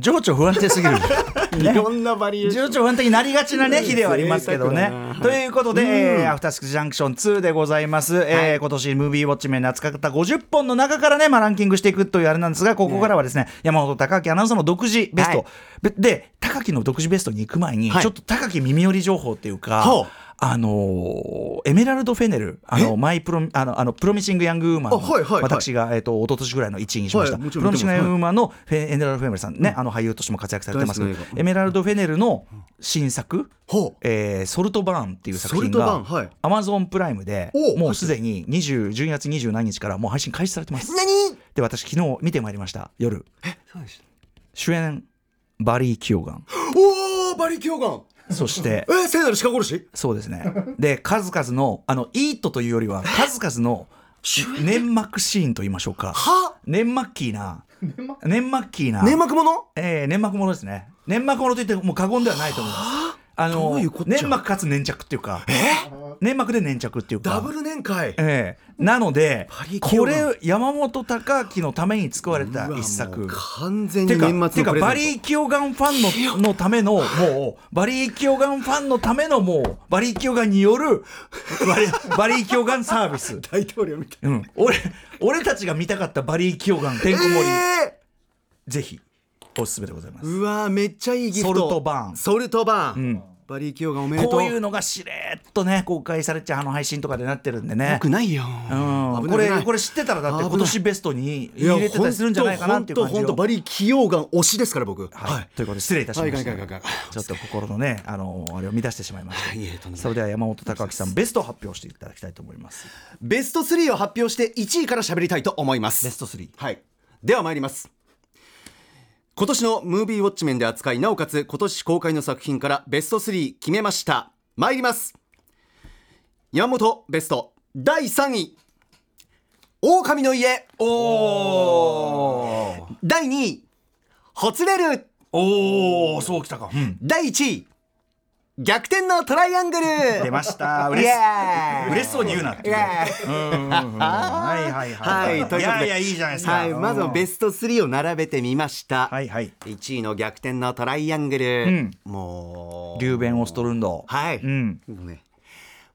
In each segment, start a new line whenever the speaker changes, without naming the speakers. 情緒不安定すぎる。
いろんなバリエーショ ン
情緒不安定になりがちなね、日ではありますけどね
贅沢だ。な
ということで、えーアフタースクジャンクション2でございます。えー今年ムービーウォッチメンで扱った50本の中からね、まあ、ランキングしていくというあれなんですが、ここからはですね、山本高木アナウンサーの独自ベスト。
はい
べで、高木の独自ベストに行く前に、
はい
ちょっと高木耳寄り情報っていうか、
ほう
あのーエメラルド・フェネル、あの、マイプロミ、あの、あの、プロミシング・ヤング・ウーマンの、
あはいはいはい
私が、えっ、と、一昨年ぐらいの1位にしました。
はいもち
プ
ろん
ロミ
見
シ
て
ン
ま
グ・
すはい
ヤング・ウーマンのフェ、エメラルド・フェネルさんね、あの、俳優としても活躍されてますけど
大好きな映画
エメラルド・フェネルの新作、
ほう
えーソルトバーンっていう作品
ソ
が
ルトバーンはい
アマゾンプライムで
お
もうすでに20 12月2何日からもう配信開始されてます
何
で私昨日見てまいりました夜
そうでした
主演バリー・キオガン
おおバリ教官
そして
え聖なる鹿殺し
そうですねで数々のあの「イート」というよりは数々の粘膜シーンと言いましょうか
は
粘膜キーな粘膜キーな
粘膜もの
えー粘膜ものですね粘膜ものといっても過言ではないと思いますあの
どういうこっちゃ
粘膜かつ粘着っていうか粘膜で粘着っていうか
ダブル年会
ええ、なので
パリキ
こ
オラ
れ山本隆明のために作られた
うわ
一
も
作
う。完全
て
に
か
年
て
末の
か
プレゼント
バリー・キオガンファンののためのもうバリー・キオガンファンのためのもうバリー・キオガンによるバリバリー・キオガンサービ ス、
大統領みたい
うん、俺俺たちが見たかったバリー・キオガンてんこ盛り、
え
ぜひおすすめでございま
ー
す。
うわーめっちゃいいギフ
ソ
ト
ルトバーン
ソルトバーン、
ん
バリ教官おめでとう
こういうのがしれーっとね公開されちゃうあの配信とかでなってるんでね
よくないよ、
うん、
危
こ
ない危な
れ
い
これ知ってたらだって
危ない
今年ベストに入れてたりするんじゃないかなっていう感じ
本当
を
バリ起用眼推しですから僕。
は、
はい
ということで失礼いたしまし
はいはいはいはい
た
はい
ちょっと心のねあのあれを乱してしまいました
いいえとんでもない
それでは山本隆明さんベストを発表していただきたいと思います
ベスト3を発表して1位から喋りたいと思います。
ベスト3
はい。では参ります。今年のムービーウォッチメンで扱い、なおかつ今年公開の作品からベスト3決めました。参ります。山本ベスト第3位。狼の家。
おお
第2位。ほつれる。
おおそうきたか、うん、
第1位。逆転のトライアングル。
出ました
イ
嬉し
エーイ
嬉しそうに言うなっていう
イエーイ
うんうんうんはいはいはい
はい、ということで。
やいやいいじゃないですか、
はい、まずはベ
ス
スト3を並べてみました。
はいはい
1位の逆転のトライアングル。
ん
もう。
リューベン・オストルンド
はい。
うん
もうね、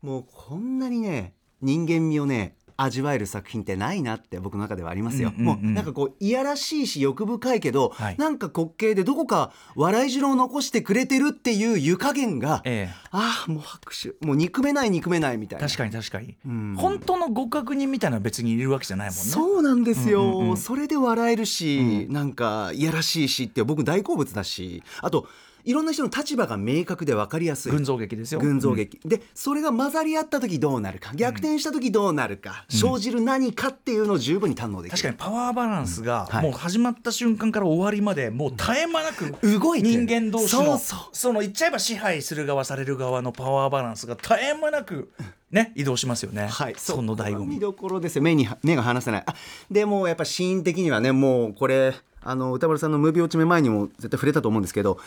もうこんなにね、人間味をね、味わえる作品ってないなって僕の中ではありますよ。
うんうんうん
もうなんかこう、いやらしいし欲深いけど、
はい
なんか滑稽でどこか笑い汁を残してくれてるっていう湯加減が、
ええ
ああ、もう拍手。もう憎めない憎めないみたいな。
確かに確かに、
ん
本当の互角人みたいなのは別にいるわけじゃないもんね
そうなんですよ、
うんうんうん
それで笑えるし、なんかいやらしいしって僕大好物だしあといろんな人の立場が明確で分かりやすい
群像劇ですよ
群像劇、でそれが混ざり合った時どうなるか逆転した時どうなるか、生じる何かっていうのを十分に堪能できる
確かにパワーバランスが
うんはい
もう始まった瞬間から終わりまでもう絶え間なく
動いて
人
る
間同士の
そうそう
その言っちゃえば支配する側される側のパワーバランスが絶え間なくね移動しますよね
はい、
その醍醐味
見どころですよ目に目が離せないあでもやっぱシーン的にはねもうこれあの歌丸さんのムービー落ち目前にも絶対触れたと思うんですけど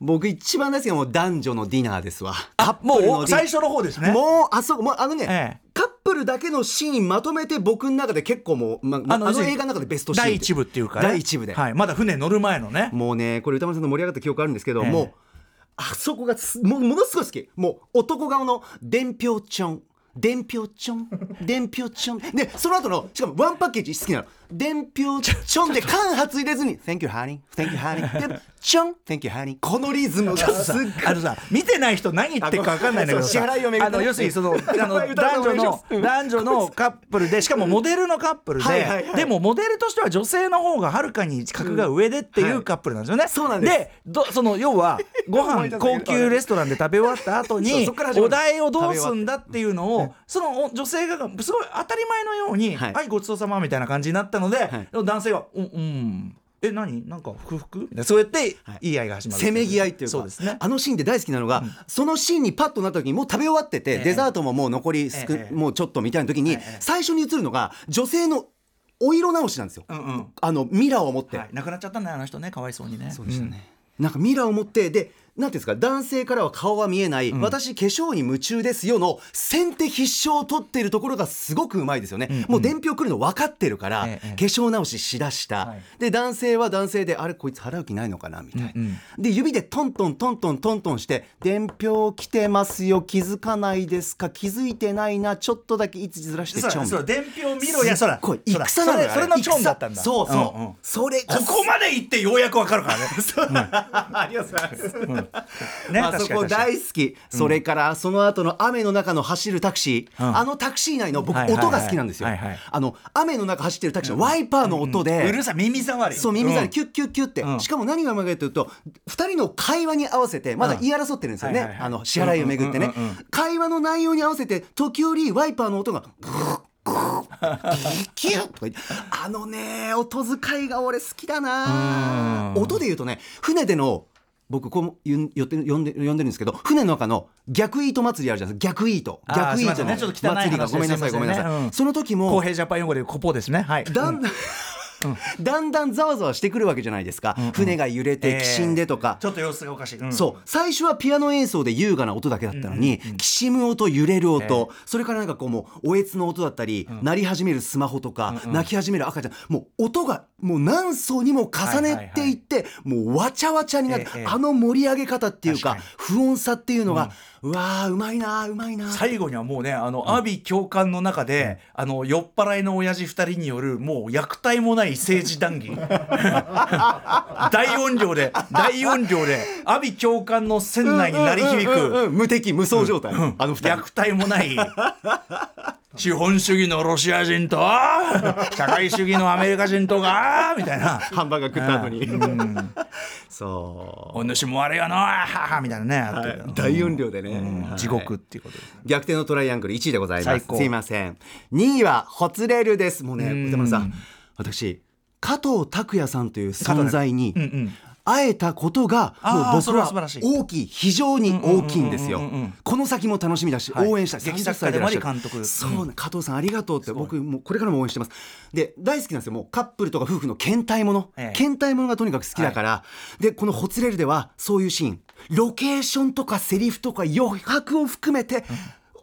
僕一番大好きなのはもう男女のディナーですわ
あ
カップル
も
の
う
ディナー
最初の方ですね
もうあそこもうあのね、
ええ
カップルだけのシーンまとめて僕の中で結構もう、まあの映画の中でベストシーン
第一部っていうかね
第一部で、
はいまだ船乗る前のね
もうねこれ歌丸さんの盛り上がった記憶あるんですけど、
ええ
もうあそこがすもものすごい好きもう男顔の「伝票ちょん」「伝票ちょん」「伝票ちょん」でその後のしかもワンパッケージ好きなの「伝票ちょん」で間髪入れずに「Thank you honey thank you honey でちょん Thank you honey」このリズムがすっ
さ
ごい
あのさ見てない人何言ってるか分かんないんだけど
あ
さ
ご めんそう支払いをめぐっ
あ
て
の要するにそのあの
ごめん歌丸さ
男女
んお願いしま
の
すうん
男女のカップルでしかもモデルのカップル
はいはい
で
はい
でもモデルとしては女性の方がはるかに格が上でっていうカップルなんですよね。
そうなんです
どその要はご
思い
飯
出せない
高級レストランで食べ終わった後
そう
に
そっから始まる
お代をどうすんだっていうのをその女性がすごい当たり前のように「
はい
はいごちそうさま」みたいな感じになったので
い
男性が「うんうん」え何なんか不服みたいなそうやって
はい
言い合いが始まる
せめぎ合いっていうか
そうですね
あのシーンで大好きなのが、そのシーンにパッとなった時にもう食べ終わってて、
え
デザートももう残りすく、
ええ
もうちょっとみたいな時に、
ええ
最初に映るのが女性のお色直しなんですよ、
うんうん
あのミラーを持って、
はい、亡くなっちゃったんだよあの人ねかわいそうにね
そうでしたね、なんかミラーを持ってでなんていうんですか男性からは顔は見えない、私化粧に夢中ですよの先手必勝を取っているところがすごくうまいですよね、もう伝票来るの分かってるから、
ええ
化粧直ししだした、
はい
で男性は男性であれこいつ払う気ないのかなみたいな、で指でトントントントントントンして「伝票来てますよ気づかないですか気づいてないなちょっとだけいつずらしてちょん」
そうそう伝票見ろやそら
これ
そら
戦なのよ
それそれのチョンだったんだ
戦そうそう、
うんうん
それが
ここまで行ってようやくわかる からね
ありがとうございます。
ね
あそこ大好き。それからその後の雨の中の走るタクシー、
うん
あのタクシー内の僕
はいはいはい
音が好きなんですよ。
はいはい
あの雨の中走ってるタクシーのワイパーの音で。
うるさい耳障り
そう耳障り
ュッ
キュッキュッキュッって、
うん
しかも何がうまいかというと2人の会話に合わせてまだ言い争ってるんですよね、
はいはいはい
あの支払いをめぐってね、
うんうんうん
会話の内容に合わせて時折ワイパーの音がグーッキュッとか言ってあのね音遣いが俺好きだな
うん
音で言うとね船での僕こうも言う言って呼んで呼んでるんですけど船の中の逆イート祭りあるじゃないですか逆イート
あー
逆イー
すいませ
トの
んねちょっと汚い話
祭りがごめんなさい
すい
ご
ませんね
めんなさ
う
い
ん
その時も
公平ジャパン用語でコポですねはい
だんだん、 だんだんざわざわしてくるわけじゃないですか、船が揺れ
え
て
え
きしんでとか、
ちょっと様子がおかしい、うん
そう最初はピアノ演奏で優雅な音だけだったのに、きしむ音揺れる音、それからなんかこうもうおえつの音だったり、鳴り始めるスマホとか、泣き始める赤ちゃんもう音がもう何層にも重ねていって、もうわちゃわちゃになる、
ええ
あの盛り上げ方っていうか
確
不穏さっていうのが、うわーうまいなーうまいなー
最後にはもうねあの、阿鼻教官の中で、あの酔っ払いの親父二人によるもう虐待もない政治談義 大音量で大音量で阿鼻教官の船内に鳴り響
うんうんうん
く
うん無敵無双状態、あの二人
虐待もない資本主義のロシア 人と社会主義のアメリカ人とがみたいな
ハンバーガー食った後に、
うん
そ
お主も悪いよなみたいなねあっ
う、
た
は
け
い
ど、
大音量でね、はい
地獄っていうことです
逆転のトライアングル1位でございま
最
す
高
すいません2位はホツレルですもう
うん
ね歌丸さん私加藤拓也さんという存在に
うんうん
会えたことがも
あー
う
そ
僕
れは
は
素晴らしい
大きい非常に大きいんですよ
うんうんうんうんうん
この先も楽しみだし
はい
応援したい
劇
30
作家
歳
で
で
もあり
いらっしゃる
監督
そうなの加藤さんありがとうって僕もうこれからも応援してますで大好きなんですよもうカップルとか夫婦の倦怠もの
ええ
倦怠ものがとにかく好きだからでこの「ほつれる」ではそういうシーンロケーションとかセリフとか余白を含めて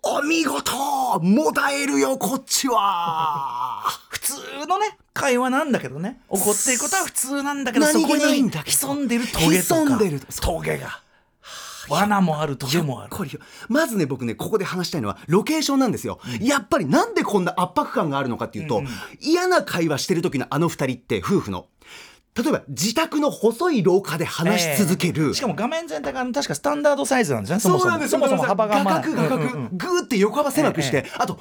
お見事もだえるよこっ ちは
普通のね会話なんだけどね怒っていくことは普通なんだけどそ
何
こ
気ない
に
んだけど
潜んでるトゲとか
潜んでる
トゲが罠もあるトゲもある
これよまずね僕ねここで話したいのはロケーションなんですよ、やっぱりなんでこんな圧迫感があるのかっていうと、嫌な会話してる時のあの二人って夫婦の例えば自宅の細い廊下で話し続ける、
ええしかも画面全体があの確かスタンダードサイズなんですねそ
そ
も
う
そ
なん
も
です
そもそも幅がまあ
画角画角、グーって横幅狭くして、
え
あと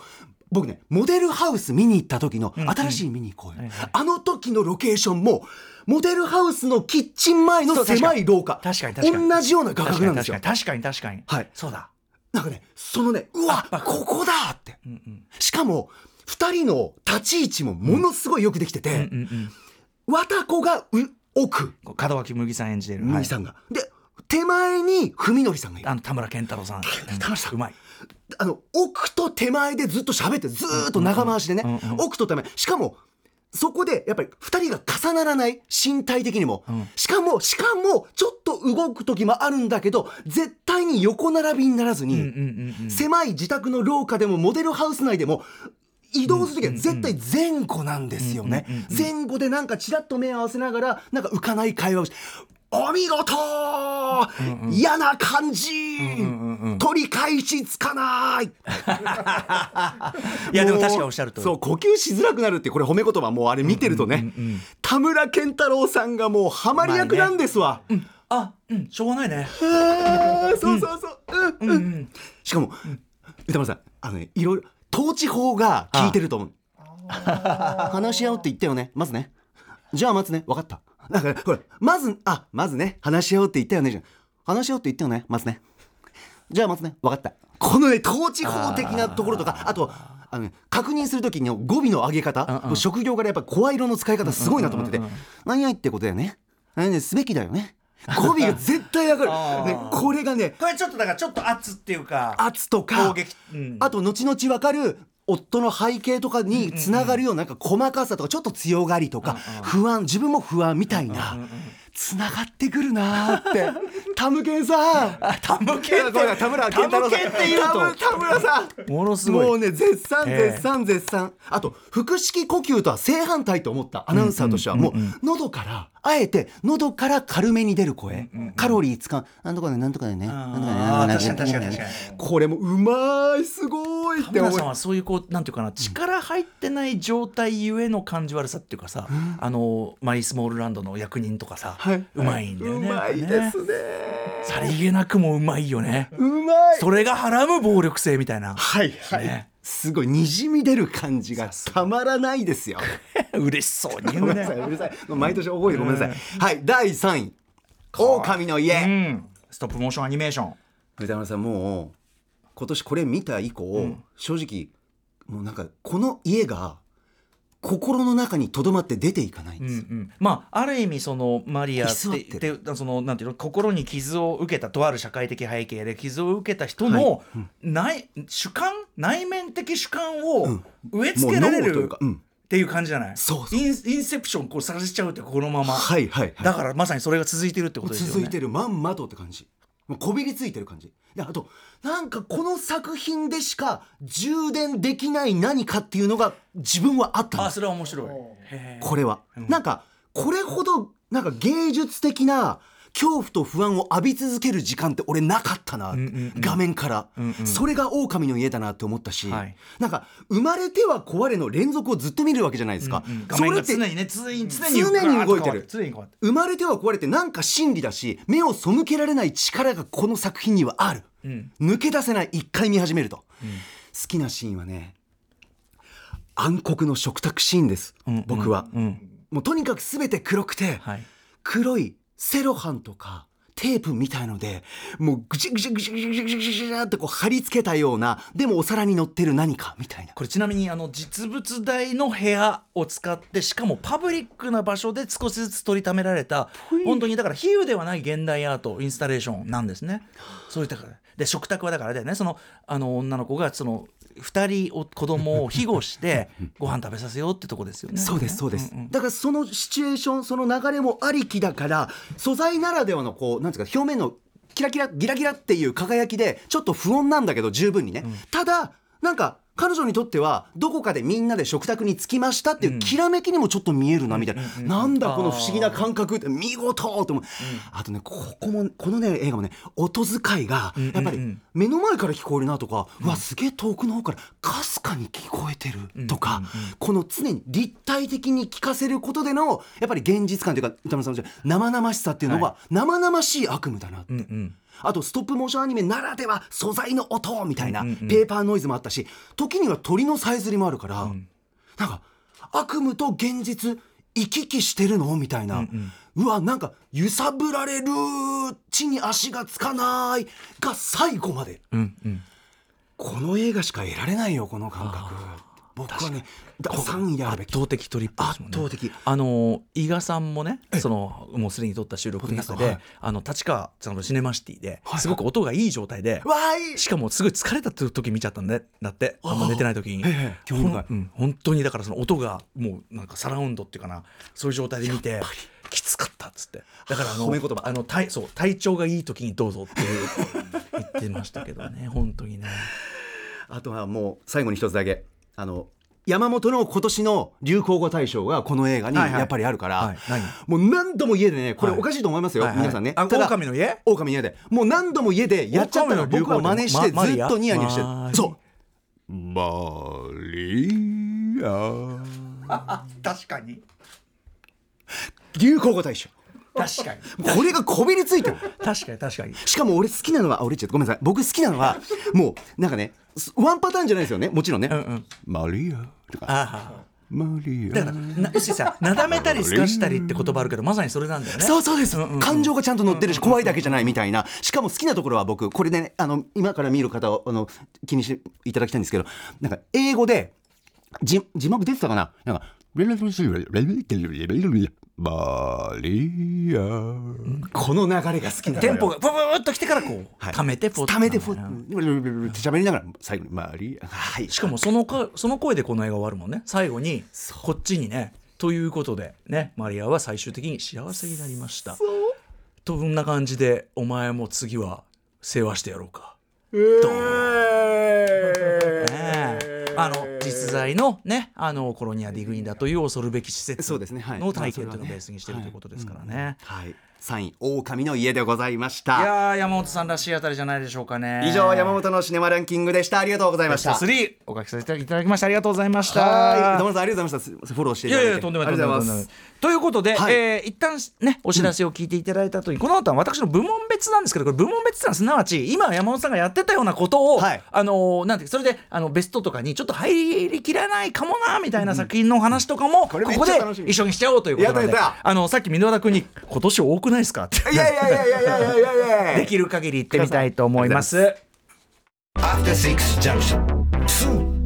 僕ねモデルハウス見に行った時の新しい見に行こうよ、あの時のロケーションもモデルハウスのキッチン前の狭い廊下
確かに確かに
同じような画
確か
角な
に
んですよ
確かに確かに確かに
はい
そうだ
なんかねそのねうわここだって、しかも2人の立ち位置もものすごいよくできてて、
うんうん
わたこがう奥
こう門脇麦さん演じてる
麦
はい
さんが、で手前に文則さんがいる
あの田村健太郎さん
田村さん
うまい
あの奥と手前でずっと喋ってずーっと長回しでね、
うんうんうん
奥と手前しかもそこでやっぱり2人が重ならない身体的にも、
ん
しかもしかもちょっと動く時もあるんだけど絶対に横並びにならずに、
うんうんうんうん
狭い自宅の廊下でもモデルハウス内でも移動するときは絶対前後なんですよね
うんうんうん
前後でなんかちらっと目を合わせながらなんか浮かない会話をしてお見事ー、嫌な感じ、
んうんうん
取り返しつかない
いやでも確かにおっしゃると
そ
り
う呼吸しづらくなるってこれ褒め言葉もうあれ見てるとね、
うんうんうんうん
田村健太郎さんがもうハマり役なんですわ、
あうんしょうがないね
あーそうそうそう、うん
うんうん
しかも、歌丸さん、あのね、いろいろ、統治法が効いてると思う。話し合おうって言ったよね、まずね。じゃあ、まずね、分かった。だから、ほら、まず、あ、まずね、話し合おうって言ったよね、じゃん話し合おうって言ったよね、まずね。じゃあ、まずね、分かった。このね、統治法的なところとか、あと、あのね、確認するときの語尾の上げ方、もう職業からやっぱ声色の使い方すごいなと思ってて、何々ってことだよね。何々すべきだよ ね。語尾が絶対上が
あー
る。ね、これがね、
これちょっとだからちょっと圧っていうか
圧とか
攻撃うん
あと後々分かる夫の背景とかにつながるようななんか細かさとかちょっと強がりとか不安自分も不安みたいなつながってくるなー ってタムケンさん
タムケンって
ごめんなさい田村健太
タム
郎さん
ケンって言うと
タム田村さん
ものすごい
もうね絶賛
ええ
絶賛絶賛、あと腹式呼吸とは正反対と思ったアナウンサーとしてはもう喉からあえて喉から軽めに出る声、カロリー使うなんとかねなんとかねなんとかね
あー
なんとね
確かに確かに
なんとね
確かに
これもうまいすごいっ
田
て
村
思
さん
う
はそういうこうなんていうかな力入ってない状態ゆえの感じ悪さっていうかさ、あのマイスモールランドの役人とかさ、
はいう
まいんだよ
う
ね
まい
や
で
っぱね
すね
さりげなくもうまいよね
うまい
それがはらむ暴力性みたいな
はいはい、
ね
すごいにじみ出る感じがたまらないですよ
嬉しそうに言
ご
う
めんなさい、
ね
うるさい。毎年覚えてごめんなさい。はい、第3位。狼の
う
家。
んストップモーションアニメーション
歌丸さん、もう、今年これ見た以降、正直、もうなんか、この家が、心の中にとどまって出ていかないん
うん
で
う
すよ。
んまあある意味そのマリアっ
居座ってて
でそのなんていうの心に傷を受けたとある社会的背景で傷を受けた人の内、主観内面的主観を植え付けられ
もう脳とい
る
うか、う
っ
ん。
ていう感じじゃない
そうそう
インインセプションこうさせちゃうってこのまま、
はいはいはい。
だからまさにそれが続いてるってことですよね
続いてるまんまとって感じもうこびりついてる感じであとなんかこの作品でしか充電できない何かっていうのが自分はあったん
あ
です
それは面白いへえ
これは、なんかこれほどなんか芸術的な恐怖と不安を浴び続ける時間って俺なかったな、画面から、それが狼の家だなって思ったし、
はい
なんか生まれては壊れの連続をずっと見るわけじゃないですか、
うん画
そ
面
れ
が
って
常にね常に常
常に
ガーッと
動いてる
変わ常に変わって
生まれては壊れてなんか真理だし目を背けられない力がこの作品にはある、
ん
抜け出せない一回見始めると、好きなシーンはね暗黒の食卓シーンです、
うん
僕は、
うん
もうとにかく全て黒くて、
はい
黒いセロハンとかテープみたいのでもうぐちぐちぐちぐちぐちぐちぐちってこう貼り付けたようなでもお皿に乗ってる何かみたいな
これちなみにあの実物大の部屋を使ってしかもパブリックな場所で少しずつ取りためられた本当にだから比喩ではない現代アートインスタレーションなんですね。そういったからで食卓はだからあれだよねそのあの女の子がその2人を子供を庇護 してご飯食べさせようってとこですよね。
そうですそうです、
んん
だからそのシチュエーションその流れもありきだから素材ならではのこうなんですか表面のキラキラギラギラっていう輝きでちょっと不穏なんだけど十分にね、ただなんか彼女にとってはどこかでみんなで食卓に着きましたっていうきらめきにもちょっと見えるなみたいな、なんだこの不思議な感覚って見事と思う、あとねここもこのね映画もね音遣いがやっぱ
うんうんう
り
ん
目の前から聞こえるなとか、うわすげえ遠くの方からかすかに聞こえてるとか、この常に立体的に聞かせることでのやっぱり現実感というか歌丸さんの生々しさっていうのは生々しい悪夢だな、
うんうん
あとストップモーションアニメならでは素材の音みたいな、
うんうんうん
ペーパーノイズもあったし時には鳥のさえずりもあるから、なんか悪夢と現実行き来してるのみたいな、うわなんか揺さぶられる地に足がつかないが最後まで
うんうん
この映画しか得られないよこの感覚僕はねだ3位であるべ
圧
き
倒的トリップですもんね
圧倒的
あの伊賀さんもねそのもうすでに撮った収録の中で、
そうです
あの立川さんのシネマシティで、
はい
すごく音がいい状態で、
わーい
しかもすごい疲れた時見ちゃったんでだってあんま寝てない時に、
ええ興味深い
ほんうん本当にだからその音がもうなんかサラウンドっていうかなそういう状態で見てきつかったっつってだからあの
褒め言葉
あの体そう体調がいい時にどうぞっていう言ってましたけどね本当にね
あとはもう最後に一つだけあの山本の今年の流行語大賞がこの映画に
はいはい
やっぱりあるから、
はい何
もう何度も家でねこれ
はい
おかしいと思いますよ、
はいはい
皆さんね、
あ
ただ
狼の家
狼の家でもう何度も家でやっちゃったの
狼の流行
僕
語
は真似してず
まマリア
っとニヤニヤしてる
マリ
そう
マリア。
確かに
流行語大賞
確かに
これがこびりついてる
確かに確かに
しかも俺好きなのはあ俺ちょっとごめんなさい僕好きなのはもうなんかねワンパターンじゃないですよねもちろんね、
うんうん
マリア。とか。
ああ
マリ
だからな要するにさなだめたりすかしたりって言葉あるけどまさにそれなんだよね
そうそうです、
んうん
感情がちゃんと乗ってるし怖いだけじゃないみたいなしかも好きなところは僕これでねあの今から見る方をあの気にしていただきたいんですけどなんか英語で字字幕出てたかななんか
マリア。
この流れが好きなの
テ
よ
ンポがブブーっと来てからこう
はい
溜めてポッと
溜めてふって喋りながら最後にマリアはい
しかもそのかその声でこの映画終わるもんね最後にこっちにねということでねマリアは最終的に幸せになりましたとこんな感じでお前も次は世話してやろうかド
え
ねえあの実在のねあのコロニア・ディグインだという恐るべき施設
そうですねはい
の体験というのをベースにしてるということですからね。
はい3位狼の家でございまし
い
た
やー山本さんらしいあたりじゃないでしょうかね。
以上山本のシネマランキングでしたありがとうございました
ベスト3お書きさせていただきましたありがとうございました。
はいどうもありがとうございましたフォローしてい
い
ただ
やい
いて
やとんでもない
あ
とん
りが
でもないとん
とうござ
でも
いま
ない
す
ということで、
はい
えー一旦ねお知らせを聞いていただいたという、この後は私の部門別なんですけどこれ部門別ってのはすなわち今山本さんがやってたようなことを、
はい
あのーなんていうかそれであのベストとかにちょっと入りきらないかもなみたいな作品の話とかも、こ
れめっちゃ
こで
楽しみ
一緒にしちゃおうということなんで
やったやっ
あのさっき箕輪田君に「今年多くないですか?」 って
いやいやいやいやいやいやいやいや
できる限り言ってみたいと思います。
After Six Junction. Soon.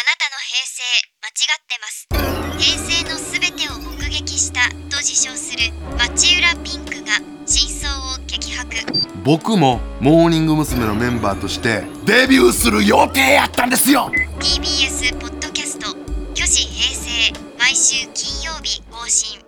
あなたの平成間違ってます平成のすべてを目撃したと自称する町浦ピンクが真相を激白
僕もモーニング娘。のメンバーとしてデビューする予定やったんですよ
TBS ポッドキャスト「巨子平成」毎週金曜日更新